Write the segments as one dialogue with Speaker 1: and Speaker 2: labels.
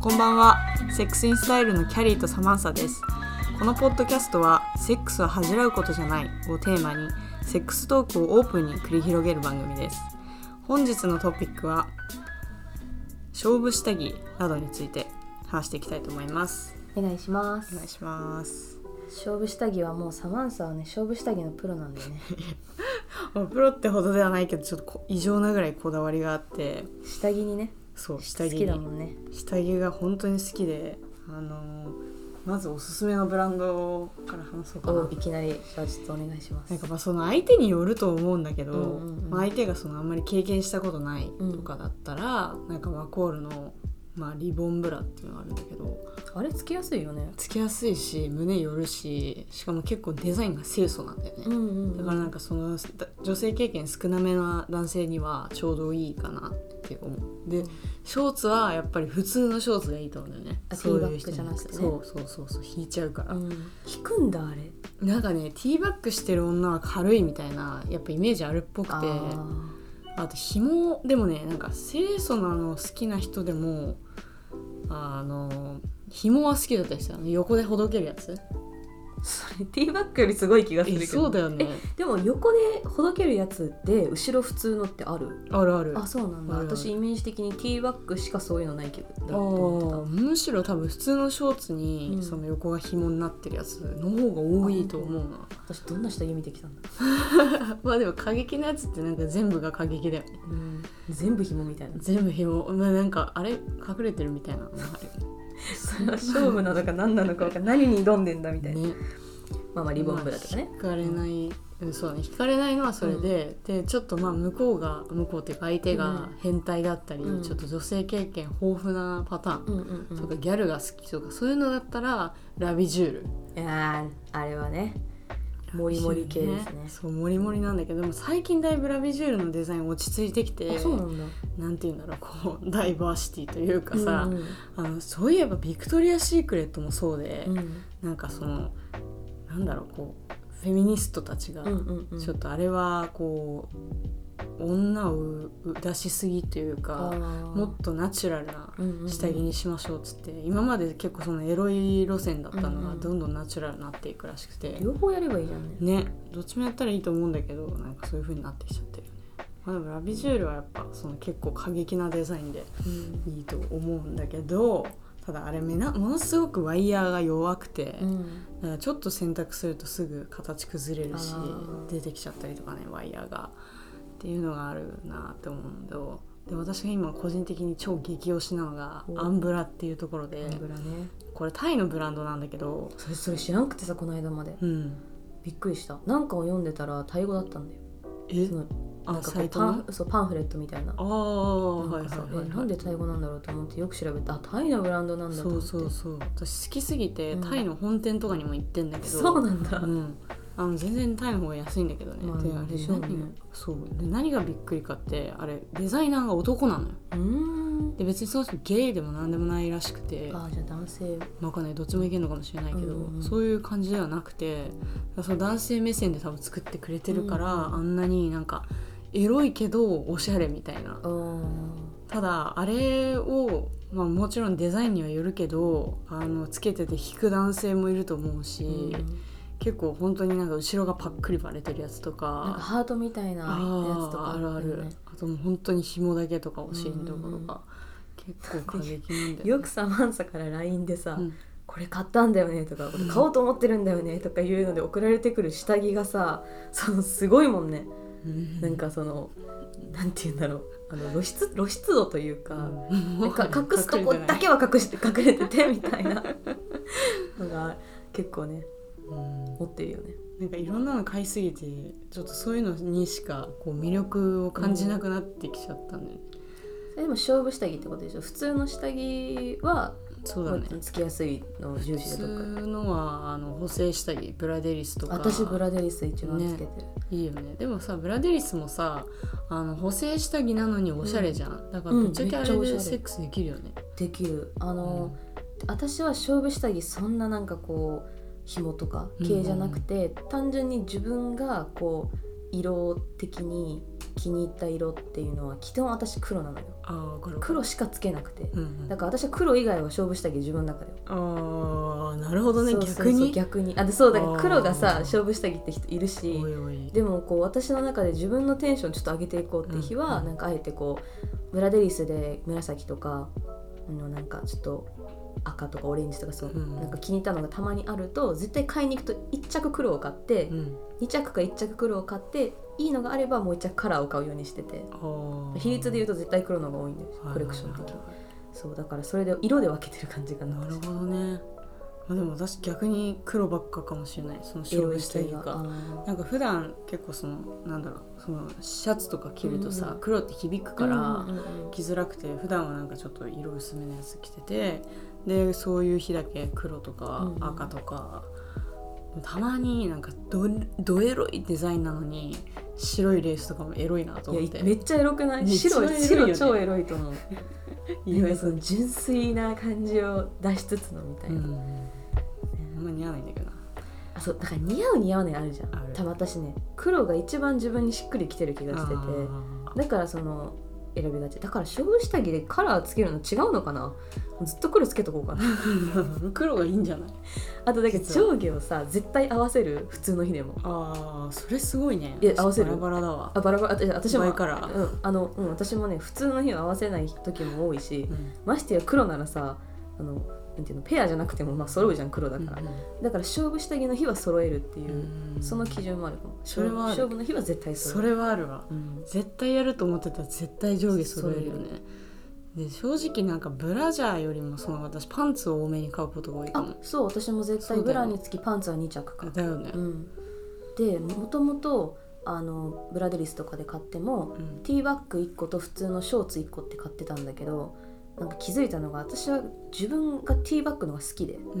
Speaker 1: こんばんはセックスインスタイルのキャリーとサマンサですこのポッドキャストは「セックスは恥じらうことじゃない」をテーマにセックストークをオープンに繰り広げる番組です本日のトピックは勝負下着などについて話していきたいと思います
Speaker 2: お願いしま
Speaker 1: お願い
Speaker 2: す
Speaker 1: します
Speaker 2: 勝負下着はもうサマンサはね勝負下着のプロなんだよ ね
Speaker 1: まあプロってほどではないけどちょっとこ異常なぐらいこだわりがあって
Speaker 2: 下着にね
Speaker 1: そう下
Speaker 2: 好
Speaker 1: 着
Speaker 2: きだ
Speaker 1: に
Speaker 2: もんね
Speaker 1: 下着が本当に好きであのーまずおすすめのブランドから話そうかな
Speaker 2: おいきなりじゃあちょっとお願いします
Speaker 1: なんかまあその相手によると思うんだけど、
Speaker 2: うんうんうん
Speaker 1: まあ、相手がそのあんまり経験したことないとかだったら、なんかワコールの、まあ、リボンブラっていうのがあるんだけど
Speaker 2: あれつきやすいよね
Speaker 1: つけやすいし胸寄るししかも結構デザインが清楚なんだよね、
Speaker 2: んうん
Speaker 1: だからなんかそのだ女性経験少なめな男性にはちょうどいいかなって思うで、
Speaker 2: うん
Speaker 1: ショーツはやっぱり普通のショーツがいいと思うんだよね
Speaker 2: あ
Speaker 1: そういう
Speaker 2: ティーバッグじゃなくてね
Speaker 1: そうそうそうそう引いちゃうから、
Speaker 2: うん引くんだあれ
Speaker 1: なんかねティーバッグしてる女は軽いみたいなやっぱイメージあるっぽくてあ
Speaker 2: あ
Speaker 1: と紐でもねなんか清楚なの好きな人でもあの紐は好きだったりしたの横でほどけるやつ
Speaker 2: ーそれティーバッグよりすごい気がする
Speaker 1: え
Speaker 2: けど
Speaker 1: そうだよね
Speaker 2: でも横でほどけるやつで後ろ普通のってある
Speaker 1: あるある
Speaker 2: あそうなんだ
Speaker 1: あるある
Speaker 2: 私イメージ的にティーバッグしかそういうのないけどだ
Speaker 1: あ
Speaker 2: と思
Speaker 1: ー
Speaker 2: って
Speaker 1: むしろ多分普通のショーツに、
Speaker 2: うん
Speaker 1: その横が紐になってるやつの方が多いと思うな
Speaker 2: た私どんな下着見てきたんだ、
Speaker 1: まあでも過激なやつってなんか全部が過激だよね
Speaker 2: うん、全部紐みたいな
Speaker 1: 全部紐、まあ、なんかあれ隠れてるみたい なのがある
Speaker 2: それは勝負なのか何なのか分かんない何に挑んでんだみたいな、
Speaker 1: ね
Speaker 2: まあまあリボンブラとかね
Speaker 1: まあ、惹かれない、うん、そうだね惹かれないのはそれで、でちょっとまあ向こうが向こうっていうか相手が変態だったり、
Speaker 2: うん
Speaker 1: ちょっと女性経験豊富なパターン
Speaker 2: うんうんうん
Speaker 1: とか、ギャルが好きとかそういうのだったらラビジュール
Speaker 2: いやーあれはねモリモリ系ですね
Speaker 1: そうモリモリなんだけどでも最近だいぶラビジュールのデザイン落ち着いてきて
Speaker 2: あそうなんだ
Speaker 1: なんて言うんだろうこうダイバーシティというかさ、
Speaker 2: うん
Speaker 1: あのそういえばビクトリア・シークレットもそうで、
Speaker 2: うん
Speaker 1: なんかそのなんだろうこうフェミニストたちが
Speaker 2: うんうんうん
Speaker 1: ちょっとあれはこう女を出しすぎという
Speaker 2: あ
Speaker 1: か
Speaker 2: ー
Speaker 1: もっとナチュラルな
Speaker 2: うんうんうん
Speaker 1: 下着にしましょうっつって、今まで結構そのエロい路線だったの
Speaker 2: うん
Speaker 1: が
Speaker 2: うん
Speaker 1: どんどんナチュラルになっていくらしくて、
Speaker 2: 両方やればいいじゃんね
Speaker 1: ねどっちもやったらいいと思うんだけどなんかそういう風になってきちゃってるよね。まあ、でもラビジュールはやっぱその結構過激なデザインで
Speaker 2: うん
Speaker 1: いいと思うんだけどただあれめなものすごくワイヤーが弱くて。
Speaker 2: うん
Speaker 1: だからちょっと洗濯するとすぐ形崩れるし
Speaker 2: あー
Speaker 1: 出てきちゃったりとかねワイヤーがっていうのがあるなって思うんだけどで私が今個人的に超激推しなのが
Speaker 2: お
Speaker 1: アンブラっていうところで
Speaker 2: ブラね
Speaker 1: これタイのブランドなんだけど、
Speaker 2: それそれ知らんくてさこの間まで
Speaker 1: うん、
Speaker 2: びっくりしたなんかを読んでたらタイ語だったんだよ
Speaker 1: え
Speaker 2: そのな
Speaker 1: あ
Speaker 2: んか
Speaker 1: サ
Speaker 2: こう
Speaker 1: イト
Speaker 2: パ
Speaker 1: の
Speaker 2: ンそうパンフレットみたいな
Speaker 1: ああ
Speaker 2: な
Speaker 1: は
Speaker 2: ん
Speaker 1: い
Speaker 2: か
Speaker 1: はい
Speaker 2: さ
Speaker 1: はい、はい、
Speaker 2: えなんでタイ語なんだろうと思ってよく調べたあタイのブランドなんだと
Speaker 1: そ
Speaker 2: 思っ
Speaker 1: う
Speaker 2: て
Speaker 1: そうそう私好きすぎて、
Speaker 2: うん
Speaker 1: タイの本店とかにも行ってんだけど
Speaker 2: そうなんだ、
Speaker 1: うん、あの全然タイの方が安いんだけどね、
Speaker 2: まあ
Speaker 1: であれ
Speaker 2: でしょうね
Speaker 1: 何がそうで何がびっくりかってあれデザイナーが男なのよ
Speaker 2: うーん
Speaker 1: で別にその人ゲイでも何でもないらしくて
Speaker 2: あーじゃあ男性
Speaker 1: まあわかんないどっちもいけるのかもしれないけど、
Speaker 2: うんうん
Speaker 1: そういう感じではなくてだからその男性目線で多分作ってくれてるから、
Speaker 2: うんうん
Speaker 1: あんなになんかエロいけどおしゃれみたいな
Speaker 2: あー
Speaker 1: ただあれを、まあ、もちろんデザインにはよるけどあのつけてて引く男性もいると思うし、
Speaker 2: うんなん
Speaker 1: 結構本当になんか後ろがパックリバレてるやつと
Speaker 2: か
Speaker 1: か
Speaker 2: ハートみたいなやつとか
Speaker 1: あーあるあ
Speaker 2: よ
Speaker 1: る
Speaker 2: ね
Speaker 1: あともう本当に紐だけとかお尻のところ
Speaker 2: うんうんう
Speaker 1: が結構過激なんだよね
Speaker 2: よくさマンサから LINE でさ、
Speaker 1: うん
Speaker 2: これ買ったんだよね」とか「これ買おうと思ってるんだよね」とかいうので送られてくる下着がさそのすごいもんねなんかそのなんて言うんだろうあの露出露出度というか,、 か隠すとこだけは隠して隠れててみたいなのが結構ね持ってるよね。
Speaker 1: なんかいろんなの買いすぎてちょっとそういうのにしかこう魅力を感じなくなってきちゃったんだよね、
Speaker 2: えでも勝負下着ってことでしょ普通の下着は
Speaker 1: そうだね
Speaker 2: まあつきやすいのを重
Speaker 1: 普
Speaker 2: 視でとか
Speaker 1: 通のはあの補正下着ブラデリスとか
Speaker 2: 私ブラデリス一番つけてる、
Speaker 1: いいよねでもさブラデリスもさあの補正下着なのにおしゃれじゃん、だから
Speaker 2: うん
Speaker 1: ぶっちゃけあれ
Speaker 2: めっちゃおしゃ
Speaker 1: で
Speaker 2: れ
Speaker 1: セックスできるよね、
Speaker 2: できるあの、私は勝負下着そんななんかこう紐とか系じゃなくて、単純に自分がこう色的に気に入った色っていうのは基本私黒なのよ
Speaker 1: ああわかる
Speaker 2: 黒しかつけなくて
Speaker 1: うんうん
Speaker 2: だから私は黒以外は勝負したけ自分の中では
Speaker 1: ああなるほどね
Speaker 2: そうそうそう
Speaker 1: 逆に
Speaker 2: 逆にあでそうだから黒が
Speaker 1: あー
Speaker 2: さ勝負下着って人いるし
Speaker 1: おいおい
Speaker 2: でもこう私の中で自分のテンションちょっと上げていこうって日は、
Speaker 1: うん
Speaker 2: なんかあえてこうブラデリスで紫とかあのなんかちょっと赤とかオレンジとかそう、
Speaker 1: うん
Speaker 2: なんか気に入ったのがたまにあると絶対買いに行くと1着黒を買って、
Speaker 1: うん
Speaker 2: 2着か1着黒を買っていいのがあればもう1着カラーを買うようにしてて
Speaker 1: あー
Speaker 2: 比率で言うと絶対黒の方が多いんです
Speaker 1: はい
Speaker 2: コレクション的に
Speaker 1: はいはい
Speaker 2: そうだからそれで色で分けてる感じかな
Speaker 1: なるほどね、まあ、でも私逆に黒ばっかかもしれないその勝負下着
Speaker 2: 色
Speaker 1: が
Speaker 2: が
Speaker 1: なんか普段結構そのなんだろうそのシャツとか着るとさ、
Speaker 2: うん
Speaker 1: 黒って響くから、
Speaker 2: うんうんうん
Speaker 1: 着づらくて普段はなんかちょっと色薄めのやつ着ててでそういう日だけ黒とか
Speaker 2: うん
Speaker 1: 赤とか、たまになんかどどエロいデザインなのに白いレースとかもエロいなと思っ
Speaker 2: い
Speaker 1: て
Speaker 2: やめっちゃエロくない
Speaker 1: めっちゃ
Speaker 2: 白
Speaker 1: エロいよね
Speaker 2: 白超エロいと思う
Speaker 1: い
Speaker 2: なん
Speaker 1: や
Speaker 2: かその純粋な感じを出しつつのみたいうな、
Speaker 1: んあんま似合わないんだけどな
Speaker 2: あそうだから似合う似合わないあるじゃん
Speaker 1: ある
Speaker 2: 多分私ね黒が一番自分にしっくりきてる気がしてて
Speaker 1: あ
Speaker 2: だからその選びがちだから勝負下着でカラーつけるの違うのかなずっと黒つけとこうか な
Speaker 1: ー黒がいいんじゃない
Speaker 2: あとだけど
Speaker 1: 実は
Speaker 2: 上下をさ絶対合わせる普通の日でも
Speaker 1: あーそれすごいね
Speaker 2: いや合わせる
Speaker 1: バラバラだわ
Speaker 2: あバラバラあ私も
Speaker 1: 前から
Speaker 2: うんあのうん、私もね普通の日は合わせない時も多いし
Speaker 1: うん
Speaker 2: ましてや黒ならさあのなんていうのペアじゃなくてもまあ揃うじゃん黒だから、だから勝負下着の日は揃えるっていう、
Speaker 1: うん
Speaker 2: その基準もあるかも
Speaker 1: それはある
Speaker 2: 勝負の日は絶対揃
Speaker 1: そ
Speaker 2: え
Speaker 1: れ
Speaker 2: る
Speaker 1: はあるわ
Speaker 2: うん
Speaker 1: 絶対やると思ってたら絶対上下揃えるよねで正直なんかブラジャーよりもその私パンツを多めに買うことが多いか
Speaker 2: あ
Speaker 1: も
Speaker 2: そう私も絶対
Speaker 1: そう
Speaker 2: ブ
Speaker 1: だよ
Speaker 2: ラにつきパンツは2着か
Speaker 1: だよね
Speaker 2: う、んでもともとあのブラデリスとかで買っても
Speaker 1: うん
Speaker 2: ティーバッグ1個と普通のショーツ1個って買ってたんだけどなんか気づいたのが私は自分がティーバッグのが好きで
Speaker 1: うんうんう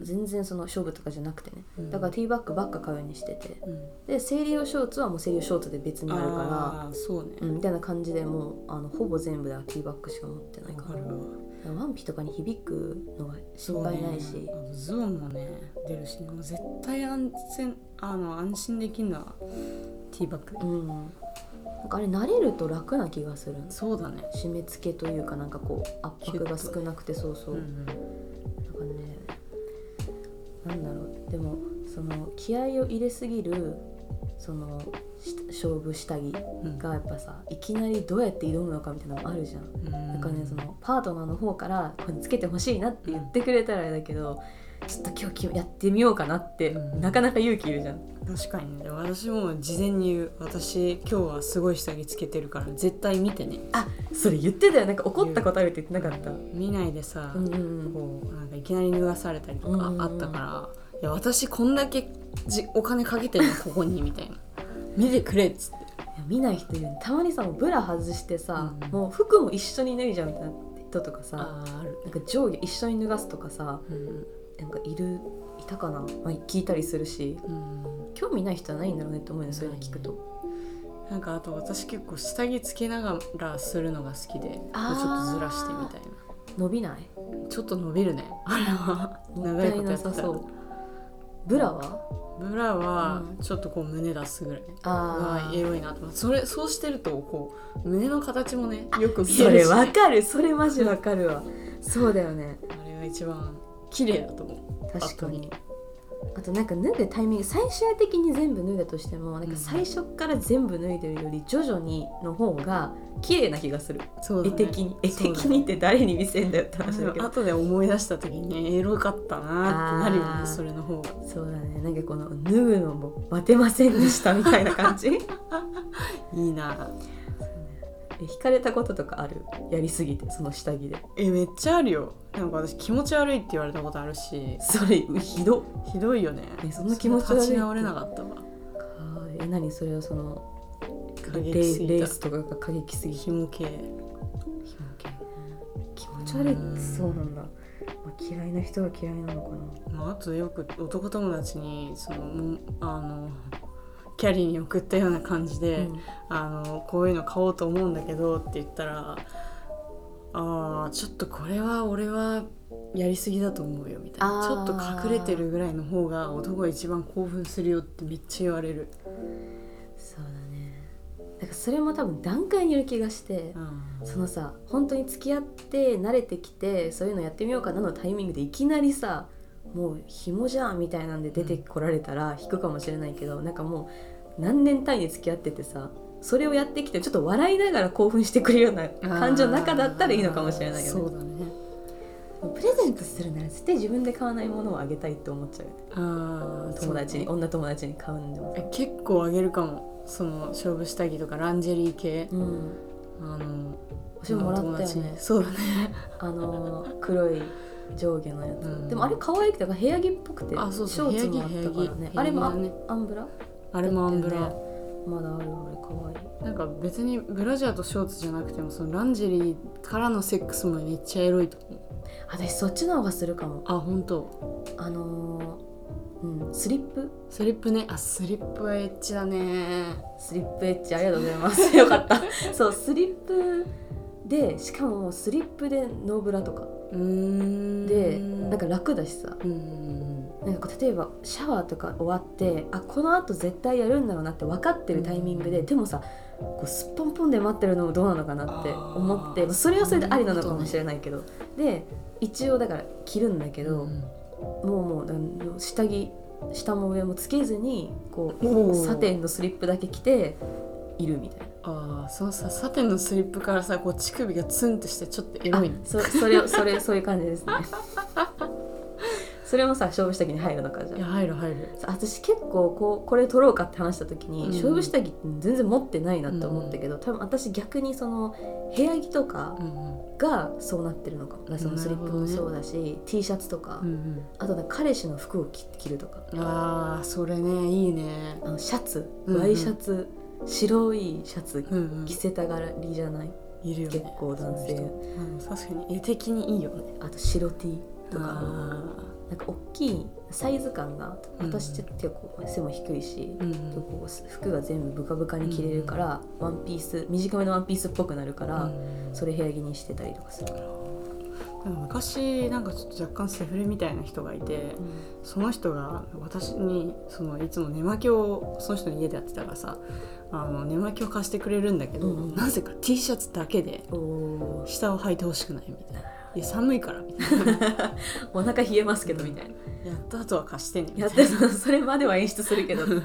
Speaker 1: ん
Speaker 2: 全然その勝負とかじゃなくてね
Speaker 1: うん
Speaker 2: だからティーバッグばっか買うようにしてて
Speaker 1: うん
Speaker 2: で生理用ショーツはもう生理用ショーツで別にあるから
Speaker 1: あーそうね
Speaker 2: うんみたいな感じでもうあのほぼ全部でティーバッグしか持ってない
Speaker 1: わ
Speaker 2: か
Speaker 1: からるわ
Speaker 2: ワンピとかに響くのが
Speaker 1: そう
Speaker 2: 心配
Speaker 1: ね
Speaker 2: ないし、
Speaker 1: あとズボンもね出るしねもう絶対安全あの安心できんなティーバッグ
Speaker 2: うんなんかあれ慣れると楽な気がするんです
Speaker 1: そうだね
Speaker 2: 締め付けというかなんかこう圧迫が少なくてそうそう、
Speaker 1: ん
Speaker 2: なんかねなんだろうでもその気合を入れすぎるそのし勝負下着
Speaker 1: うんうん
Speaker 2: がやっぱさいきなりどうやって挑むのかみたいなのもあるじゃん
Speaker 1: うん
Speaker 2: なんかねそのパートナーの方からこれつけてほしいなって言ってくれたらあれだけど、ちょっと今日きやってみようかなって、
Speaker 1: うん
Speaker 2: なかなか勇気いるじゃん。
Speaker 1: 確かにねでも私も事前に言う私今日はすごい下着つけてるから絶対見てね
Speaker 2: あそれ言ってたよなんか怒ったことあるって言ってなかった。う
Speaker 1: 見ないでさ、
Speaker 2: んうん
Speaker 1: こうなんかいきなり脱がされたりと
Speaker 2: うんうんう
Speaker 1: か
Speaker 2: ん
Speaker 1: あったから、いや私こんだけじお金かけてるのここにみたいな見てくれっつって
Speaker 2: いや見ない人いるねたまにさもうブラ外してさ、
Speaker 1: うん
Speaker 2: もう服も一緒に脱いじゃうみたいな人とかさ
Speaker 1: あある、
Speaker 2: なんか上下一緒に脱がすとかさ
Speaker 1: うん
Speaker 2: なんかいるいたかな、まあ、聞いたりするし
Speaker 1: うん、
Speaker 2: 興味ない人はないんだろうねって思うよねそういうの聞くと。
Speaker 1: なんかあと私結構下着つけながらするのが好きでちょっ
Speaker 2: あー
Speaker 1: とずらしてみたいな
Speaker 2: 伸びない
Speaker 1: ちょっと伸びるねあれは
Speaker 2: もっ
Speaker 1: 長
Speaker 2: た
Speaker 1: い
Speaker 2: い
Speaker 1: ことや
Speaker 2: な
Speaker 1: って
Speaker 2: さ
Speaker 1: た
Speaker 2: そ
Speaker 1: ら
Speaker 2: う。ブラは
Speaker 1: ブラは
Speaker 2: うん
Speaker 1: ちょっとこう胸出すぐらい
Speaker 2: あ
Speaker 1: が
Speaker 2: ー
Speaker 1: エロいなと思ってそれそうしてるとこう胸の形もねよく見えるし
Speaker 2: そ れわかるそれマジわかるわそうだよね
Speaker 1: あれが一番綺麗だと思う
Speaker 2: 確かにあとなんか脱ぐタイミング最終的に全部脱いだとしてもなんか最初から全部脱いでるより徐々にの方が綺麗な気がする、
Speaker 1: そうだ
Speaker 2: 絵
Speaker 1: ね
Speaker 2: 的に絵
Speaker 1: そうだね
Speaker 2: 的 にって誰に見せんだよって話だけ
Speaker 1: あ
Speaker 2: ど
Speaker 1: 後で思い出した時にねエロかったなってなるよ
Speaker 2: あー
Speaker 1: ねそれの方が
Speaker 2: そうだねなんかこの脱ぐのもバテませんでしたみたいな感じ
Speaker 1: いいな
Speaker 2: え惹かれたこととかあるやりすぎてその下着で
Speaker 1: えめっちゃあるよなんか私気持ち悪いって言われたことあるし
Speaker 2: それひどっ
Speaker 1: ひどいよね
Speaker 2: えそんな気持ち悪
Speaker 1: そ
Speaker 2: いって
Speaker 1: んな立ち直れなかったわ
Speaker 2: え何それはその
Speaker 1: 過
Speaker 2: レ
Speaker 1: 激す
Speaker 2: イレ
Speaker 1: ぎ
Speaker 2: ー
Speaker 1: た
Speaker 2: スとかが過激すぎて
Speaker 1: 紐系
Speaker 2: 気持ち悪いってそうなんだ、まあ、嫌いな人は嫌いなのかな
Speaker 1: まあ、あとよく男友達にそのもうあのキャリーに送ったような感じで、あのこういうの買おうと思うんだけどって言ったら「あーちょっとこれは俺はやりすぎだと思うよ」みたいな
Speaker 2: あ
Speaker 1: 「ちょ
Speaker 2: ー
Speaker 1: っと隠れてるぐらいの方が男が一番興奮するよ」ってめっちゃ言われる
Speaker 2: そなんかそれも多分段階による気がしてそのさ本当に付き合って慣れてきてそういうのやってみようかなのタイミングでいきなりさもう紐じゃんみたいなんで出てこられたら引くかもしれないけどなんかもう何年単位で付き合っててさそれをやってきてちょっと笑いながら興奮してくるような感情の中だったらいいのかもしれないよ
Speaker 1: そ
Speaker 2: ね
Speaker 1: う。だね
Speaker 2: プレゼントするなら絶対自分で買わないものをあげたいって思っちゃうよね
Speaker 1: あー
Speaker 2: 友達に女友達に買うんでも
Speaker 1: え結構あげるかもその勝負下着とかランジェリー系、
Speaker 2: うん
Speaker 1: あの
Speaker 2: 私ももらったよ
Speaker 1: 友達
Speaker 2: ね
Speaker 1: にそうだ ね
Speaker 2: あのー黒い上下のやつ、
Speaker 1: うん
Speaker 2: でもあれ可愛くてなんか部屋着っぽくて
Speaker 1: あそうそう
Speaker 2: ショーツもあったから
Speaker 1: 部屋着部
Speaker 2: ね
Speaker 1: 屋着
Speaker 2: あれもあ
Speaker 1: 部屋着だ
Speaker 2: アンブラ
Speaker 1: あれもアンブラ、
Speaker 2: だったよねまだあるあれ可愛い
Speaker 1: なんか別にブラジャーとショーツじゃなくてもそのランジェリーからのセックスもめっちゃエロいと思う
Speaker 2: 私そっちの方がするかも
Speaker 1: あ本当
Speaker 2: あのーうんスリップ
Speaker 1: スリップねあスリップはエッチだね
Speaker 2: スリップエッジありがとうございま すよかったそうスリップでしかもスリップでノーブラとか
Speaker 1: うーん
Speaker 2: でなんか楽だしさ
Speaker 1: うんうん
Speaker 2: なんかこう例えばシャワーとか終わってあこのあと絶対やるんだろうなって分かってるタイミングで、でもさこうすっぽんぽんで待ってるのもどうなのかなって思っ
Speaker 1: あ
Speaker 2: て
Speaker 1: ー
Speaker 2: それはそれでありなのかもしれないけど、で一応だから着るんだけ
Speaker 1: け
Speaker 2: ど、もうもうあの下着下も上もつけずにこうサテンのスリップだけ着ているみたいな。
Speaker 1: あーそのさサテンのスリップからさこう乳首がツンとしてちょっとエロいね
Speaker 2: あそそれそれそういう感じですね それもさ勝負下着に入るのかじゃあ
Speaker 1: いや入る入る
Speaker 2: さ私結構こうこれ取ろうかって話した時に、
Speaker 1: うん
Speaker 2: 勝負下着全然持ってないなって思ったけど、多分私逆にその部屋着とか
Speaker 1: うんうん
Speaker 2: がそうなってるのかも、そのスリップも
Speaker 1: なる
Speaker 2: そ
Speaker 1: ほ
Speaker 2: うだし、T シャツとか、
Speaker 1: うん
Speaker 2: あとなんか彼氏の服を着着るとか
Speaker 1: うんあーそれねいいね
Speaker 2: あのシャツ
Speaker 1: うんうん
Speaker 2: ワイシャツ、白いシャツ
Speaker 1: うんうん
Speaker 2: 着せたがりじゃない、
Speaker 1: いるよね
Speaker 2: 結構男性
Speaker 1: そういう人うん確かに絵的にいいよね
Speaker 2: あと白 T とか
Speaker 1: あ
Speaker 2: なんか大きいサイズ感が
Speaker 1: うん
Speaker 2: 私って結構背も低いし、
Speaker 1: ーうん
Speaker 2: 結構服が全部ブカブカに着れるから、ワンピース短めのワンピースっぽくなるから、
Speaker 1: うん
Speaker 2: それ部屋着にしてたりとかする、
Speaker 1: なんか昔なんかちょっと若干セフレみたいな人がいてその人が私にそのいつも寝巻きをその人の家でやってたからさあの寝巻きを貸してくれるんだけど、
Speaker 2: うんうん
Speaker 1: なぜか T シャツだけで
Speaker 2: おー
Speaker 1: 下を履いてほしくないみたいな「いや寒いから」みたい
Speaker 2: お腹冷えますけどみたいな、
Speaker 1: な「やった後は貸してね」みた
Speaker 2: や
Speaker 1: い
Speaker 2: ってそそれまでは演出するけどそう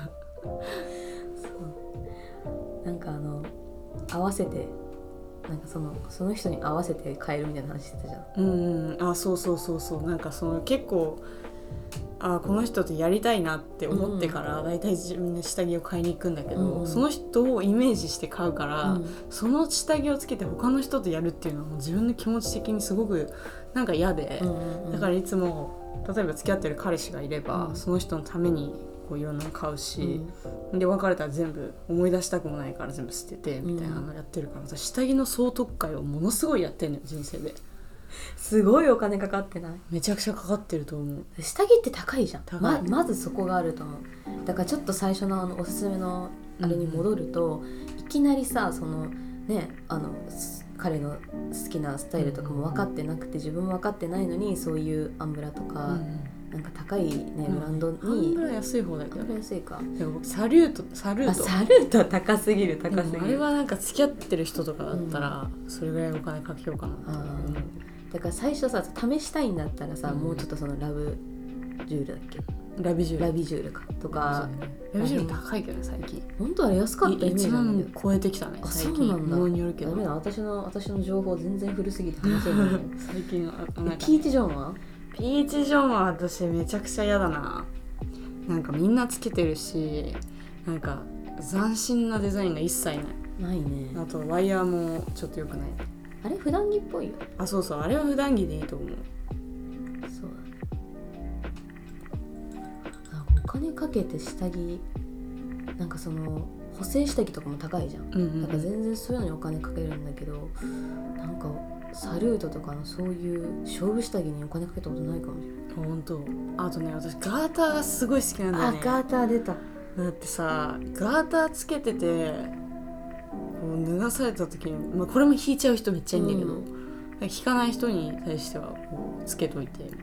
Speaker 2: なんかあの合わせてなんかそのその人に合わせて変えるみたいな話してたじゃん
Speaker 1: なうんうんあそうそうそうそうなんかその結構あこの人とやりたいなって思ってから、大体自分で下着を買いに行くんだけど、
Speaker 2: うんうん
Speaker 1: その人をイメージして買うから、
Speaker 2: うん
Speaker 1: その下着をつけて他の人とやるっていうのはもう自分の気持ち的にすごくなんか嫌で、だからいつも例えば付き合ってる彼氏がいれば、
Speaker 2: うん
Speaker 1: その人のためにこういろんなの買う
Speaker 2: うん
Speaker 1: し、で別れたら全部思い出したくもないから全部捨ててみたいなのやってるから、私下着の総特会をものすごいやってんのよ人生です
Speaker 2: ごいお金かかってない
Speaker 1: めちゃくちゃかかってると思う
Speaker 2: 下着って高いじゃん
Speaker 1: 高い
Speaker 2: ままずそこがあると思うだからちょっと最初のあのおすすめのあれに戻ると、いきなりさそのねあのす彼の好きなスタイルとかも分かってなくて自分も分かってないのにそういうアンブラとか、なんか高いねブランドに、
Speaker 1: アンブラ安い方だけ
Speaker 2: ア
Speaker 1: ど
Speaker 2: ンブラ安いか
Speaker 1: でもサリュートサル
Speaker 2: あ
Speaker 1: ート
Speaker 2: サルートは高すぎる高す
Speaker 1: でもあ
Speaker 2: ぎ
Speaker 1: れ
Speaker 2: る
Speaker 1: はなんか付き合ってる人とかだったらそれぐらいお金かけようかなって思う
Speaker 2: あだから最初さ試したいんだったらさ、
Speaker 1: うん
Speaker 2: もうちょっとそのラブジュールだっけ
Speaker 1: ラビジュール
Speaker 2: ラビジュールかとか
Speaker 1: ラビジュール高いけどね最近
Speaker 2: 本当は安かったイメージ
Speaker 1: 1
Speaker 2: なんだけど
Speaker 1: 万超えてきたね
Speaker 2: あ
Speaker 1: 最
Speaker 2: そう
Speaker 1: 近
Speaker 2: なんだ
Speaker 1: ものによるけ
Speaker 2: ダ
Speaker 1: ど
Speaker 2: メだ私の私の情報全然古すぎて話 せない、ね、
Speaker 1: 最近あなんか
Speaker 2: ピーチ・ジョンは
Speaker 1: ピーチジョンは私めちゃくちゃ嫌だななんかみんなつけてるしなんか斬新なデザインが一切ない
Speaker 2: ないね
Speaker 1: あとワイヤーもちょっと良くない
Speaker 2: あれ普段着っぽいよ
Speaker 1: あそうそうあれは普段着でいいと思う
Speaker 2: そうだねお金かけて下着なんかその補正下着とかも高いじゃん
Speaker 1: うんう
Speaker 2: なんか
Speaker 1: ん
Speaker 2: 全然そういうのにお金かけるんだけどなんかサルートとかのそういう勝負下着にお金かけたことないかもしれない、
Speaker 1: あ本当あとね私ガーターがすごい好きなんだよ
Speaker 2: あ
Speaker 1: ね
Speaker 2: ガーター出た
Speaker 1: だってさガーターつけててこう脱がされた時に、まあ、これも引いちゃう人めっちゃいいんだけど、
Speaker 2: う
Speaker 1: 引かない人に対してはこうつけといてみたい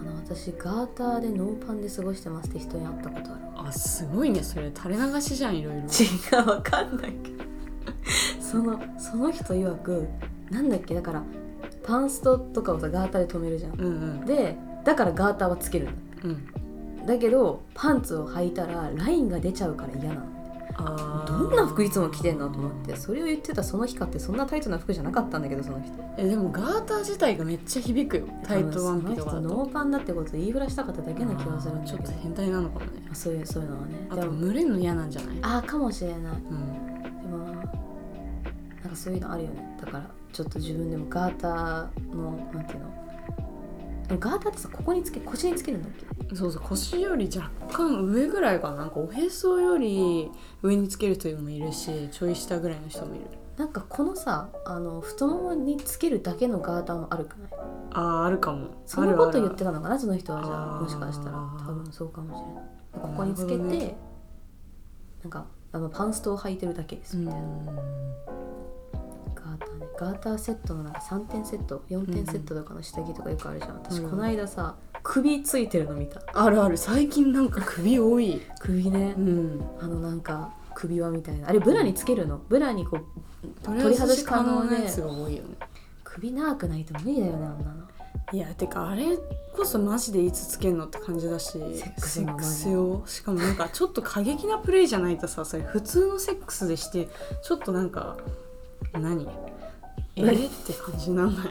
Speaker 2: あの私ガーターでノーパンで過ごしてますって人に会ったことある
Speaker 1: なあすごいねそれ垂れ流しじゃんいろいろ
Speaker 2: 違うわかんないけどそのその人曰くなんだっけだからパンストとかをさガーターで留めるじゃん
Speaker 1: うんうん
Speaker 2: でだからガーターはつけるん
Speaker 1: うん
Speaker 2: だだけどパンツを履いたらラインが出ちゃうから嫌なの
Speaker 1: あ
Speaker 2: どんな服いつも着てんのと思ってそれを言ってたその日かってそんなタイトな服じゃなかったんだけどその人
Speaker 1: えでもガーター自体がめっちゃ響くよタイトワンピとか
Speaker 2: そ
Speaker 1: だ
Speaker 2: の人
Speaker 1: と
Speaker 2: ノーパンだってこと言いふらしたかっただけな気がするんだ
Speaker 1: ち
Speaker 2: け
Speaker 1: ょ
Speaker 2: ど
Speaker 1: っと変態なのかもね
Speaker 2: あそういうそういうのはね
Speaker 1: あ
Speaker 2: で
Speaker 1: と
Speaker 2: も
Speaker 1: 群れるの嫌なんじゃない
Speaker 2: ああかもしれな
Speaker 1: う
Speaker 2: い
Speaker 1: ん
Speaker 2: でもなんかそういうのあるよねだからちょっと自分でもガーターのなんていうのでもガーターってさここにつけ腰につけるんだっけ
Speaker 1: そうそう腰より若干上ぐらいかななんかおへそより上につける人もいるしちょい下ぐらいの人もいる
Speaker 2: なんかこのさあの太ももにつけるだけのガーターもあるくない
Speaker 1: あーあるかも
Speaker 2: そのこと言っ
Speaker 1: ある
Speaker 2: てたのかなその人はじゃ
Speaker 1: あ
Speaker 2: あ
Speaker 1: ー
Speaker 2: もしかしたら多分そうかもしれないここにつけて
Speaker 1: な
Speaker 2: な,、
Speaker 1: るほどね
Speaker 2: んかあのパンストを履いてるだけですみたい
Speaker 1: あ
Speaker 2: な、ガーターねガーターセットのなんか3点セット4点セットとかの下着とかよくあるじゃん、私この間さ首ついてるの見た
Speaker 1: るあるある最近なんか首多い
Speaker 2: 首ね
Speaker 1: うん
Speaker 2: あのなんか首輪みたいなあれブラにつけるのブラにこう
Speaker 1: 取
Speaker 2: り外し可能なやつ
Speaker 1: が多いよね
Speaker 2: 首長くないと無理だよねあんなの
Speaker 1: いやてかあれこそマジでいつつけんのって感じだしセ
Speaker 2: ックスの前に
Speaker 1: セックス用しかもなんかちょっと過激なプレイじゃないとさそれ普通のセックスでしてちょっとなんか何え
Speaker 2: 何
Speaker 1: って感じになんない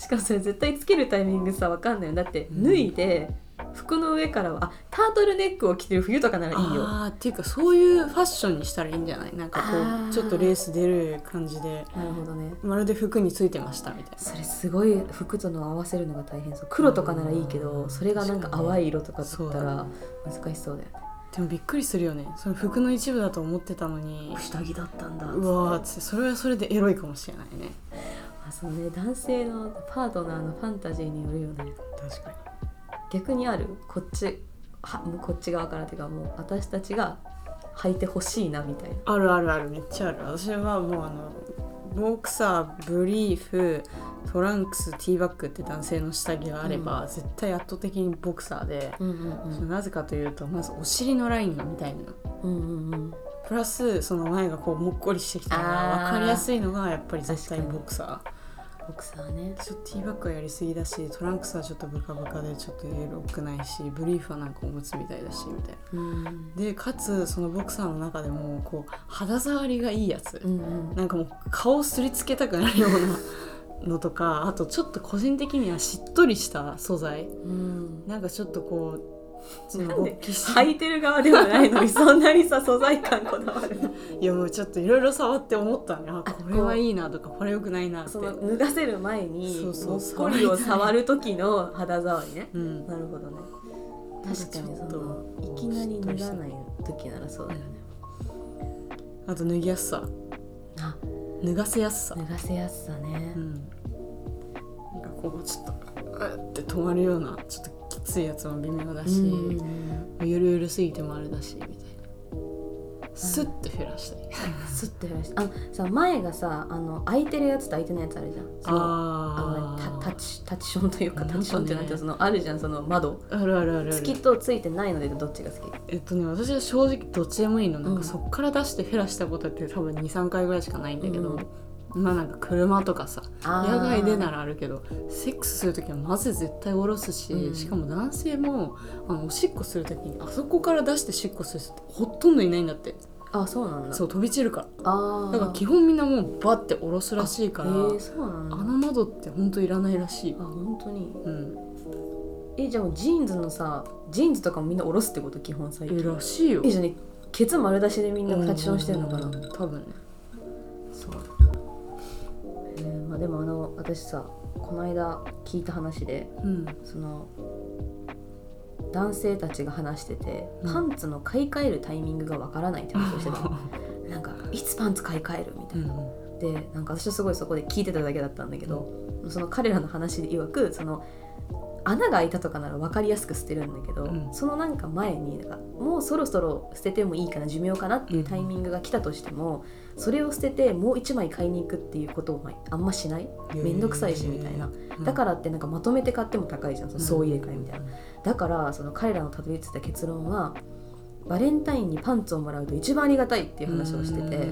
Speaker 2: しかもそれ絶対つけるタイミングさわかんないよだって
Speaker 1: うん
Speaker 2: 脱いで服の上からはあタートルネックを着てる冬とかならいいよ
Speaker 1: あーっていうかそういうファッションにしたらいいんじゃないなんか
Speaker 2: あ
Speaker 1: こ
Speaker 2: ー
Speaker 1: うちょっとレース出る感じで
Speaker 2: なるほどね
Speaker 1: まるで服についてましたみたいな
Speaker 2: それすごい服との合わせるのが大変そう黒とかならいいけどそれがなんか淡い色とかだったら難しそうだよね
Speaker 1: でもびっくりするよねその服の一部だと思ってたの に
Speaker 2: 下着だったんだ
Speaker 1: うわーっつってそれはそれでエロいかもしれないね
Speaker 2: あそうね男性のパートナーのファンタジーによるよね
Speaker 1: 確かに
Speaker 2: 逆にあるこっちはもうこっち側からっていうかもう私たちが履いてほしいなみたいな
Speaker 1: あるあるあるめっちゃある私はもうあのボクサーブリーフトランクスティーバッグって男性の下着があれば、絶対圧倒的にボクサーで、
Speaker 2: うんうん
Speaker 1: それなぜかというとまずお尻のラインみたいな
Speaker 2: うんうん
Speaker 1: プラスその前がこうもっこりしてきたの
Speaker 2: あ
Speaker 1: が
Speaker 2: ー
Speaker 1: 分かりやすいのがやっぱり絶対
Speaker 2: 確かに
Speaker 1: ボクサ
Speaker 2: ボクサーね
Speaker 1: ーちょっとティーバッグはやりすぎだしトランクスはちょっとブカブカでちょっとエロくないしブリーフはなんかおむつみたいだしみたいな
Speaker 2: うん
Speaker 1: でかつそのボクサーの中でもこう肌触りがいいやつ、
Speaker 2: うんうん
Speaker 1: なんかもう顔すりつけたくなるようなのとか あとちょっと個人的にはしっとりした素材
Speaker 2: うん
Speaker 1: なんかちょっとこうその
Speaker 2: なんで
Speaker 1: 勃起し
Speaker 2: 履いてる側ではない のにそんなにさ素材感こだわるの
Speaker 1: いやもうちょっといろいろ触って思ったねあ
Speaker 2: あ
Speaker 1: これはいいなとかこれよくないなって
Speaker 2: その脱がせる前に
Speaker 1: そうそう
Speaker 2: もっこりを触る時の肌触りね
Speaker 1: うん
Speaker 2: なるほどね
Speaker 1: なんか
Speaker 2: 確か
Speaker 1: ちょ
Speaker 2: にそ
Speaker 1: っと
Speaker 2: のいきなり脱がない時ならそうだよね
Speaker 1: あと脱ぎやすさ
Speaker 2: あ
Speaker 1: 脱がせやすさ
Speaker 2: 脱がせやすさね
Speaker 1: うんなんかこうちょっとあって止まるようなちょっときついやつも微妙だし、
Speaker 2: うんうんうん
Speaker 1: ゆるゆるすぎてもあれだしみたいなスッと減らしたい
Speaker 2: スッと減らしてあのさ前がさあの空いてるやつと空いてないやつあるじゃんその
Speaker 1: あ
Speaker 2: あ
Speaker 1: ー
Speaker 2: のタタッチタッチションというか
Speaker 1: なんかね
Speaker 2: タッチションってなんていうのそのあるじゃんその窓
Speaker 1: あるあるあるあ
Speaker 2: つ
Speaker 1: る
Speaker 2: きとついてないのでどっちが好き
Speaker 1: えっとね私は正直どっちでもいいのなん
Speaker 2: うん
Speaker 1: かそっから出してフェラしたことって多分23回ぐらいしかないんだけど、
Speaker 2: う
Speaker 1: まあなんか車とかさ
Speaker 2: あー
Speaker 1: 野外でならあるけどセックスする時はまず絶対下ろすし、
Speaker 2: うん
Speaker 1: しかも男性もあのおしっこする時にあそこから出してしっこする人ってほとんどいないんだって
Speaker 2: あそうなんだ
Speaker 1: そう飛び散るから
Speaker 2: ああ
Speaker 1: だから基本みんなもうバッて下ろすらしいから
Speaker 2: えー、そうなんだ
Speaker 1: あの窓ってほんといらないらしい
Speaker 2: あ本当に
Speaker 1: うん
Speaker 2: えじゃあもうジーンズのさジーンズとかもみんな下ろすってこと基本最
Speaker 1: え
Speaker 2: 近
Speaker 1: らしいよ
Speaker 2: えじゃあねケツ丸出しでみんなタッチションしてるのかな、
Speaker 1: うん多分ね
Speaker 2: そう、えーまあ、でもあの私さこの間聞いた話で
Speaker 1: うん
Speaker 2: その男性たちが話してて、
Speaker 1: うん
Speaker 2: パンツの買い替えるタイミングがわからないって話をしてたの なんかいつパンツ買い替えるみた
Speaker 1: う
Speaker 2: い
Speaker 1: ん
Speaker 2: な、 でなんか私はすごいそこで聞いてただけだったんだけど、その彼らの話で曰くその穴が開いたとかなら分かりやすく捨てるんだけど、
Speaker 1: うん
Speaker 2: そのなんか前になんかもうそろそろ捨ててもいいかな寿命かなっていうタイミングが来たとしても、それを捨ててもう1枚買いに行くっていうことをまああんましない面倒くさいしみたいな、だからってなんかまとめて買っても高いじゃんその総入れ替えみたいな、だからその彼らのたどり着いた結論はバレンタインにパンツをもらうと一番ありがたいっていう話をしてて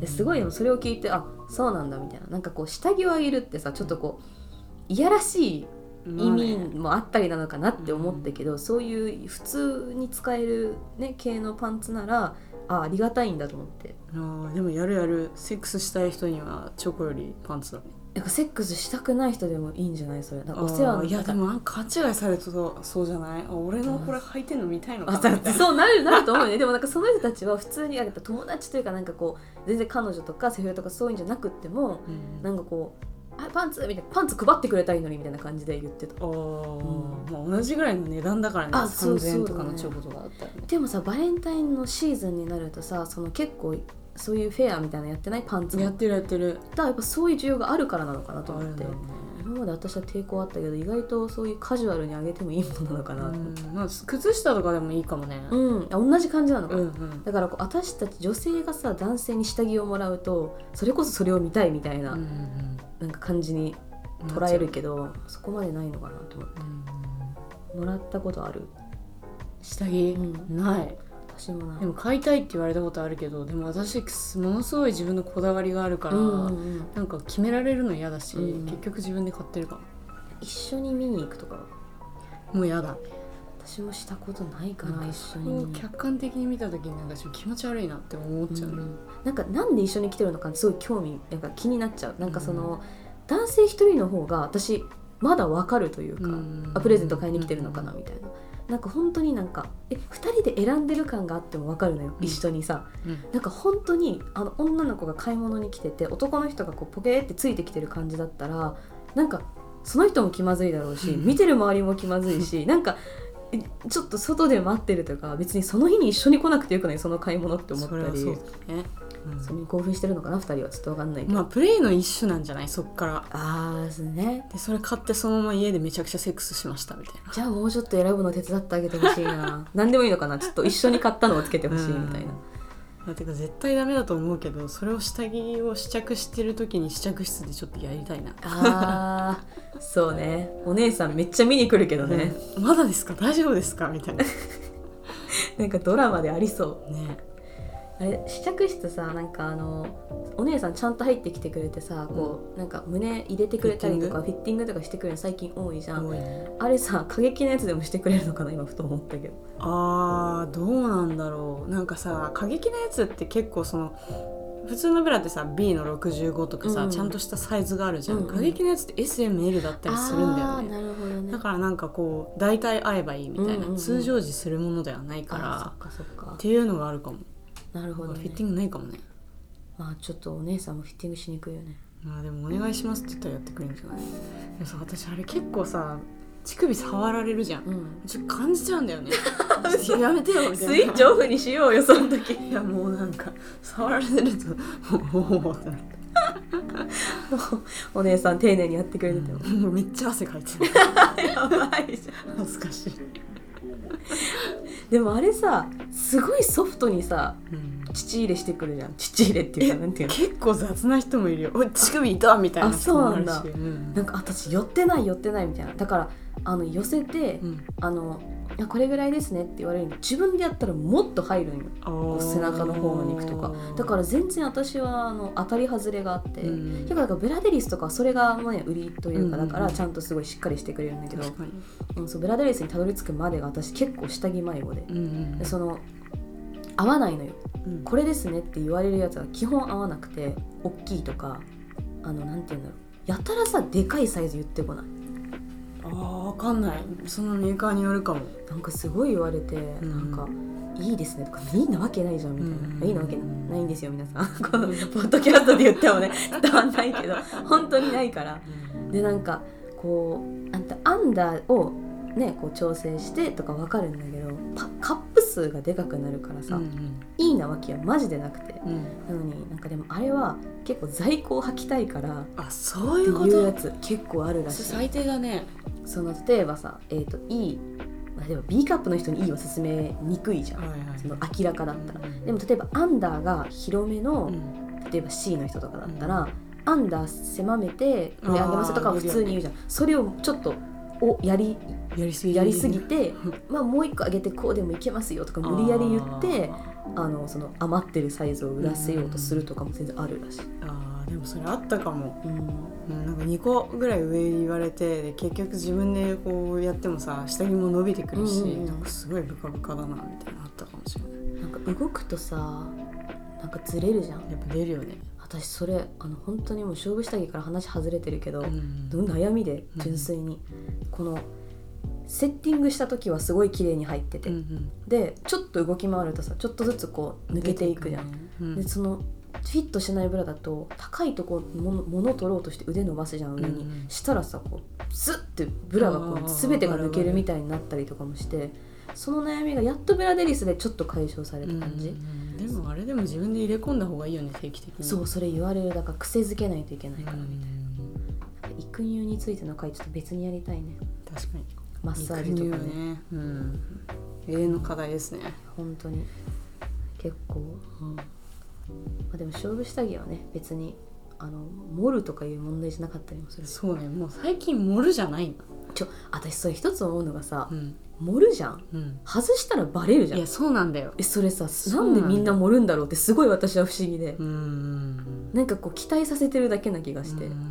Speaker 2: ですごいでもそれを聞いてあそうなんだみたいななんかこう下着をあげるってさちょっとこういやらしい意味もあったりなのかなって思ったけど、そういう普通に使える、ね、系のパンツならあありがたいんだと思って
Speaker 1: あーでもやるやるセックスしたい人にはチョコよりパンツだね
Speaker 2: なんかセックスしたくない人でもいいんじゃないそれなんかお世
Speaker 1: あー
Speaker 2: 話の
Speaker 1: いやでもなんか勘違いされてそうそうじゃないあ俺のこれ履いてんの見たいのか
Speaker 2: あ
Speaker 1: なみたいな
Speaker 2: そうなるなると思うねでもなんかその人たちは普通にあれだ友達というかなんかこう全然彼女とかセフレとかそういうんじゃなくっても
Speaker 1: うん
Speaker 2: なんかこう「あパンツ」みたいな「パンツ配ってくれたらいいのに」みたいな感じで言ってた
Speaker 1: あー
Speaker 2: う
Speaker 1: まあ同じぐらいの値段だからね
Speaker 2: あそう
Speaker 1: 3000円とか
Speaker 2: そうだ
Speaker 1: の
Speaker 2: ね
Speaker 1: チョコとかだったらね
Speaker 2: でもさバレンタインのシーズンになるとさその結構そういうフェアみたいなのやってないパンツ
Speaker 1: や
Speaker 2: も
Speaker 1: ってるやってる
Speaker 2: だやっぱそういう需要があるからなのかなと
Speaker 1: あ
Speaker 2: 思
Speaker 1: る
Speaker 2: っ
Speaker 1: ん
Speaker 2: て
Speaker 1: だろうね
Speaker 2: 今まで私は抵抗あったけど意外とそういうカジュアルにあげてもいいものなのかなと思って
Speaker 1: うんまあ靴下とかでもいいかもね
Speaker 2: うん、あ同じ感じなのか
Speaker 1: う
Speaker 2: な、
Speaker 1: んうん
Speaker 2: だからこう私たち女性がさ男性に下着をもらうとそれこそそれを見たいみたいな,、
Speaker 1: うんうん
Speaker 2: なんか感じに
Speaker 1: うん
Speaker 2: 捉えるけどそこまでないのかなと思っ
Speaker 1: うん
Speaker 2: てもらったことある
Speaker 1: 下着
Speaker 2: うん
Speaker 1: ない
Speaker 2: 私もない
Speaker 1: でも買いたいって言われたことあるけどでも私ものすごい自分のこだわりがあるから、
Speaker 2: うんうんうん
Speaker 1: なんか決められるの嫌だし、
Speaker 2: うん
Speaker 1: 結局自分で買ってるか
Speaker 2: 一緒に見に行くとかは
Speaker 1: ももう嫌だ
Speaker 2: 私もしたことないか
Speaker 1: な
Speaker 2: ら
Speaker 1: んか
Speaker 2: 一緒に見に行く
Speaker 1: 客観的に見た時になんかちょっと気持ち悪いなって思っちゃう、
Speaker 2: う
Speaker 1: ね
Speaker 2: んなんかなんで一緒に来てるのかすごい興味なんか気になっちゃうなんかその、男性一人の方が私まだわかるというか、
Speaker 1: うん
Speaker 2: あプレゼント買いに来てるのかなみたいな、なんか本当になんかえ2人で選んでる感があってもわかるのよ、
Speaker 1: うん
Speaker 2: 一緒にさ
Speaker 1: うん
Speaker 2: なんか本当にあの女の子が買い物に来てて男の人がこうポケーってついてきてる感じだったらなんかその人も気まずいだろうし見てる周りも気まず いしなんかえちょっと外で待ってるとか別にその日に一緒に来なくてよくないその買い物って思った
Speaker 1: それは
Speaker 2: り
Speaker 1: そ
Speaker 2: そう
Speaker 1: だね、うん
Speaker 2: れに興奮してるのかな2人はちょっとわかんないけど、
Speaker 1: まあプレイの一種なんじゃないそっから
Speaker 2: あーですね
Speaker 1: でそれ買ってそのまま家でめちゃくちゃセックスしましたみたいな
Speaker 2: じゃあもうちょっと選ぶの手伝ってあげてほしい な何でもいいのかなちょっと一緒に買ったのをつけてほしいみたいな、
Speaker 1: だってか絶対ダメだと思うけどそれを下着を試着してる時に試着室でちょっとやりたいな
Speaker 2: あーそうねお姉さんめっちゃ見に来るけどね、
Speaker 1: うんまだですか大丈夫ですかみ たいなね
Speaker 2: なんかドラマでありそうあれ試着室さなんかあのお姉さんちゃんと入ってきてくれてさこう、なんか胸入れてくれたりとかフィッティングとかしてくれるの最近多いじゃん、
Speaker 1: 多いね
Speaker 2: あれさ過激なやつでもしてくれるのかな今ふと思ったけど
Speaker 1: あーどうなんだろうなんかさ過激なやつって結構その普通のブラってさ B の65とかさ、
Speaker 2: うん
Speaker 1: ちゃんとしたサイズがあるじゃん、
Speaker 2: うんうん
Speaker 1: 過激なやつって SML だったりするんだよね
Speaker 2: あーなるほどね
Speaker 1: だからなんかこう大体合えばいいみたいな、
Speaker 2: うんうんうん
Speaker 1: 通常時するものではないから
Speaker 2: あーそっかそっ
Speaker 1: っ
Speaker 2: か
Speaker 1: ていうのがあるかも、
Speaker 2: なるほど、
Speaker 1: フ
Speaker 2: ね
Speaker 1: ィッ、ティングないかもね
Speaker 2: まあちょっとお姉さんもフィッティングしにくいよね
Speaker 1: まあでもお願いしますって言ったらやってくれるんじゃないでもさ私あれ結構さ乳首触られるじゃん、
Speaker 2: うん
Speaker 1: ちょっと感じちゃうん だよねいややめてよみたいな
Speaker 2: スイッチオフにしようよその時
Speaker 1: いやもうなんか触られるともうもうってなって
Speaker 2: お姉さん丁寧にやってくれてても、
Speaker 1: もうめっちゃ汗かいてる
Speaker 2: やばいじゃ
Speaker 1: 恥ずかしい、
Speaker 2: んでもあれさすごいソフトにさ
Speaker 1: うん
Speaker 2: 乳入れしてくるじゃん乳入れっていうかなんていうの
Speaker 1: 結構雑な人もいるよ「おい乳首痛っ!」みたいな
Speaker 2: あ
Speaker 1: 人
Speaker 2: そう
Speaker 1: も
Speaker 2: な
Speaker 1: ある
Speaker 2: ん
Speaker 1: し
Speaker 2: だ
Speaker 1: うん
Speaker 2: なんか私寄ってない寄ってないみたいなだからあの寄せて、
Speaker 1: うん
Speaker 2: あのいやこれぐらいですねって言われるの自分でやったらもっと入るんよ
Speaker 1: あー
Speaker 2: 背中の方に行くとかだから全然私はあの当たり外れがあって、
Speaker 1: うん
Speaker 2: 結構なんかブラデリスとかはそれがまあね売りというか
Speaker 1: うんうんう
Speaker 2: だ
Speaker 1: ん
Speaker 2: からちゃんとすごいしっかりしてくれるんだけど、
Speaker 1: 確かに
Speaker 2: うん、そうブラデリスにたどり着くまでが私結構下着迷子で
Speaker 1: うんうん
Speaker 2: でその合わないのよ
Speaker 1: うん
Speaker 2: これですねって言われるやつは基本合わなくて大きいとかあのなんて言うんだろうやたらさでかいサイズ言ってこない
Speaker 1: あーわかんないそのメーカーによるかも
Speaker 2: なんかすごい言われて、
Speaker 1: ん
Speaker 2: なんか「いいですね」とか「いいなわけないじゃん」みたいな「
Speaker 1: うん
Speaker 2: いいなわけないんですよ皆さん」 このポッドキャストで言ってもね伝わんないけど本当にないから。でなんかこうあんたアンダーをねこう調整してとかわかるんだけどパカップ数がでかくなるからさ、
Speaker 1: うん
Speaker 2: いいなわけはマジでなくて
Speaker 1: うんうん
Speaker 2: なのになんかでもあれは結構在庫を履きたいから
Speaker 1: あそう
Speaker 2: っ
Speaker 1: い
Speaker 2: て
Speaker 1: うこ
Speaker 2: いうや
Speaker 1: と
Speaker 2: つ結構あるら
Speaker 1: それ
Speaker 2: しい
Speaker 1: 最低だね
Speaker 2: その例えばさえっ、と E まあでも B カップの人に E は勧めにくいじゃん、
Speaker 1: はいはい
Speaker 2: その明らかだったら、
Speaker 1: うん
Speaker 2: でも例えばアンダーが広めの、
Speaker 1: うん
Speaker 2: 例えば C の人とかだったら、アンダー狭めて上げますとかは普通に言うじゃんそれをちょっとをやり
Speaker 1: やりすぎ
Speaker 2: やりすぎて、まあ、もう一個上げてこうでもいけますよとか無理やり言ってあのその余ってるサイズを売らせようとするとかも全然あるらしい。
Speaker 1: あーあーでもそれあったかも、
Speaker 2: うん
Speaker 1: うん、なんか2個ぐらい上に言われてで結局自分でこうやってもさ下着も伸びてくるし、
Speaker 2: うんうんうん
Speaker 1: なんかすごいブカブカだなみたいなのあったかもしれない
Speaker 2: なんか動くとさなんかずれるじゃん
Speaker 1: やっぱ出るよね、
Speaker 2: 私それあの本当にもう勝負下着から話外れてるけど、
Speaker 1: うん
Speaker 2: の悩みで
Speaker 1: うん
Speaker 2: 純粋に、このセッティングした時はすごい綺麗に入ってて、
Speaker 1: うんうん
Speaker 2: でちょっと動き回るとさちょっとずつこう抜けていくじゃん、
Speaker 1: 出ねうん
Speaker 2: でそのフィットしないブラだと高いとこもの物取ろうとして腕伸ばすじゃん上に、
Speaker 1: うんうん
Speaker 2: したらさこうスッてブラがこ
Speaker 1: あー
Speaker 2: う全てが抜けるみたいになったりとかもしてその悩みがやっとブラデリスでちょっと解消された感じ、
Speaker 1: うんでもあれでも自分で入れ込んだ方がいいよね定期的に
Speaker 2: そうそれ言われるだから癖づけないといけないから、
Speaker 1: うん
Speaker 2: 育乳についての回ちょっと別にやりたいね
Speaker 1: 確かに
Speaker 2: マッサージとか
Speaker 1: 肉
Speaker 2: ね
Speaker 1: 乳ね、うん、永遠の課題ですね、
Speaker 2: 本当に結構、まあ、でも勝負下着はね別にあの盛るとかいう問題じゃなかったりもするし
Speaker 1: そうねもう最近盛るじゃないんだ
Speaker 2: ちょ私それ一つ思うのがさ
Speaker 1: うん
Speaker 2: 盛るじゃん
Speaker 1: うん
Speaker 2: 外したらバレるじゃ
Speaker 1: い
Speaker 2: ん
Speaker 1: やそうなんだよ
Speaker 2: えそれさ
Speaker 1: そうなん
Speaker 2: なん
Speaker 1: だ
Speaker 2: でみんな盛るんだろうってすごい私は不思議で、
Speaker 1: うん
Speaker 2: なんかこう期待させてるだけな気がして、
Speaker 1: うん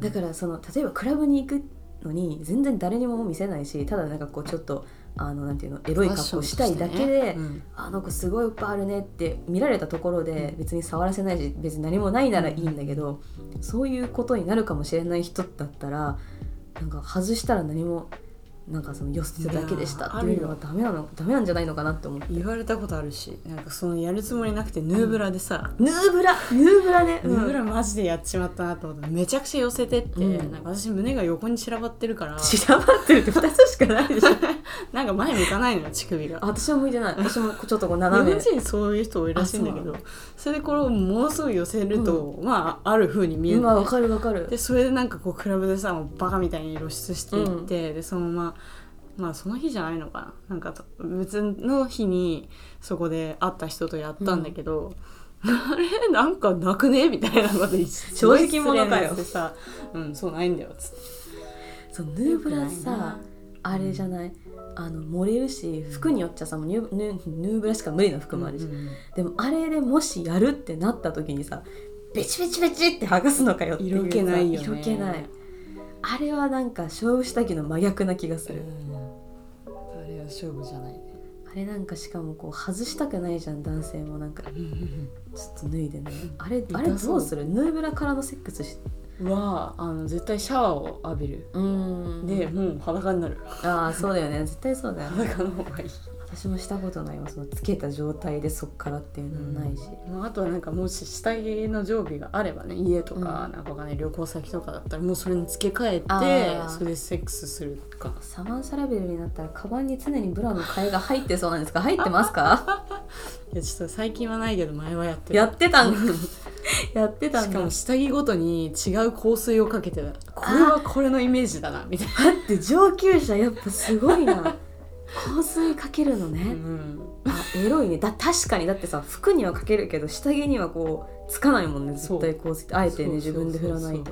Speaker 2: だからその例えばクラブに行くのに全然誰にも見せないしただなんかこうちょっとあのなんていうのエロい格好したいだけで、
Speaker 1: うん
Speaker 2: あの子すごいいっぱいあるねって見られたところで別に触らせないし別に何もないならいいんだけどそういうことになるかもしれない人だったらなんか外したら何もなんかその寄せただけでしたっていうのはダメなのダメなんじゃないのかなって思う
Speaker 1: 言われたことあるしなんかそのやるつもりなくてヌーブラでさ、
Speaker 2: ヌーブラヌーブラね、う
Speaker 1: ヌ
Speaker 2: ん
Speaker 1: ーブラマジでやっちまったなと思ってめちゃくちゃ寄せてって、
Speaker 2: うん
Speaker 1: なんか私胸が横に散らばってるから
Speaker 2: 散らばってるって2つしかないでしょ
Speaker 1: なんか前向かないのよ乳首が
Speaker 2: あ 私は向いてない私もちょっとこう
Speaker 1: 日
Speaker 2: 斜め
Speaker 1: 本人そういう人多いらしいんだけど
Speaker 2: あ
Speaker 1: それでこれをものすごい寄せると、まあある風に見える
Speaker 2: 今わかるわかる
Speaker 1: でそれでなんかこうクラブでさもうバカみたいに露出していって、でそのまままあその日じゃないのかななんかと別の日にそこで会った人とやったんだけど、あれなんかなくねみたいなこと言って
Speaker 2: 正直
Speaker 1: すごい
Speaker 2: 者かよ
Speaker 1: 失礼なやつでさ「うんそうないんだよ」つって
Speaker 2: そうヌーブラさ
Speaker 1: ないな
Speaker 2: あれじゃないあの漏れるし服によっちゃさもうニュヌーヌーブラしか無理な服もあるし、
Speaker 1: うんうん
Speaker 2: でもあれでもしやるってなった時にさベチベチベチって剥がすのかよっていうさ
Speaker 1: 色気ないよね
Speaker 2: 色気ないあれはなんか勝負下着の真逆な気がする、
Speaker 1: うんあれは勝負じゃないね
Speaker 2: あれなんかしかもこう外したくないじゃん男性もなんかちょっと脱いでねあれあれどうするヌーブラからのセックスし
Speaker 1: はあの絶対シャワーを浴びる
Speaker 2: うーん
Speaker 1: で、もう裸になる
Speaker 2: ああそうだよね絶対そうだよね
Speaker 1: 裸の方がいい
Speaker 2: 私もしたことないわそのつけた状態でそっからっていうのもないし、
Speaker 1: まあ、あとはなんかもし下着の常備があればね家とか、
Speaker 2: うん
Speaker 1: なんかわかんない旅行先とかだったらもうそれに付け替え
Speaker 2: あ
Speaker 1: て
Speaker 2: ー
Speaker 1: それでセックスするか
Speaker 2: サマンサラベルになったらカバンに常にブラの替えが入ってそうなんですか入ってますか
Speaker 1: いやちょっと最近はないけど前はやって
Speaker 2: やってたん やってた
Speaker 1: し
Speaker 2: ん
Speaker 1: か
Speaker 2: だ
Speaker 1: も下着ごとに違う香水をかけてたこれはこれのイメージだなみたいな、
Speaker 2: で上級者やっぱすご いな香水かけるの
Speaker 1: う
Speaker 2: ね、
Speaker 1: ん、
Speaker 2: あエロいねだ確かにだってさ服にはかけるけど下着にはこうつかないもんね
Speaker 1: そう
Speaker 2: 絶対香水ってあえてね
Speaker 1: そ
Speaker 2: 自
Speaker 1: うそうそうそう
Speaker 2: 分で振らないと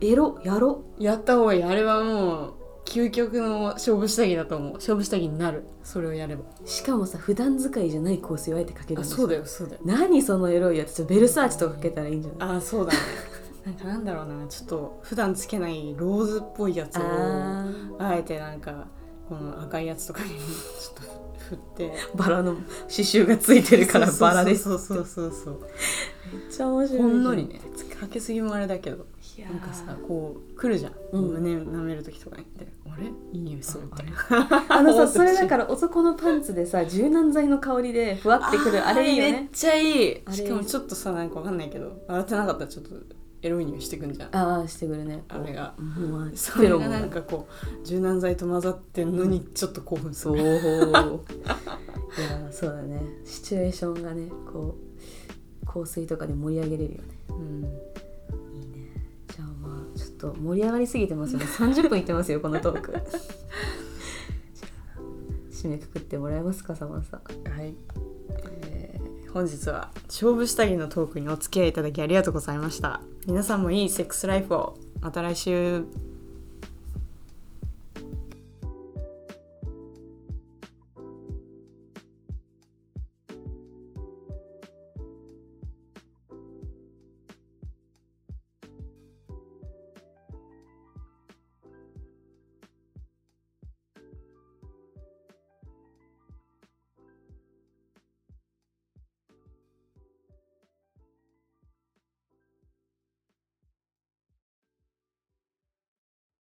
Speaker 2: エロやろ
Speaker 1: やった方がいいあれはもう究極の勝負下着だと思う勝負下着になるそれをやれば
Speaker 2: しかもさ普段使いじゃない香水をあえてかけるん
Speaker 1: あ
Speaker 2: で
Speaker 1: そうだよそうだよ
Speaker 2: 何そのエロいやつちょベルサーチとかかけたらいいんじゃない
Speaker 1: あそうだね なんかなんだろうなちょっと普段つけないローズっぽいやつを
Speaker 2: あ
Speaker 1: あえてなんかこの赤いやつとかに ちょっと振って
Speaker 2: ーバラの刺繍がついてるからバラです
Speaker 1: そうそうそうそう
Speaker 2: めっちゃ面白い
Speaker 1: ほんのりねかけすぎもあれだけど
Speaker 2: いやー
Speaker 1: なんかさこう来るじゃん、
Speaker 2: うん
Speaker 1: 胸舐める時とかにで「あれいい匂いする」みたいな
Speaker 2: あの
Speaker 1: 思っ
Speaker 2: さ
Speaker 1: て
Speaker 2: そ
Speaker 1: ほしい
Speaker 2: れだから男のパンツでさ柔軟剤の香りでふわってくるあれいいよ
Speaker 1: めっ
Speaker 2: ね
Speaker 1: ちゃいい
Speaker 2: あれ
Speaker 1: しかもちょっとさなんかわかんないけど洗ってなかったらちょっとエロい匂いしてくんじゃんあ
Speaker 2: ああしてくるね
Speaker 1: れが
Speaker 2: もう
Speaker 1: それがなんかこう柔軟剤と混ざってんのにちょっと興奮す
Speaker 2: そう
Speaker 1: る、
Speaker 2: いやそうだねシチュエーションがねこう香水とかで盛り上げれるよね
Speaker 1: うん
Speaker 2: いいねじゃあまあちょっと盛り上がりすぎてますよ ね30分いってますよこのトーク じゃあ締めくくってもらえますかサマンさん
Speaker 1: はい、えー本日は勝負下着のトークにお付き合いいただきありがとうございました皆さんもいいセックスライフをまた来週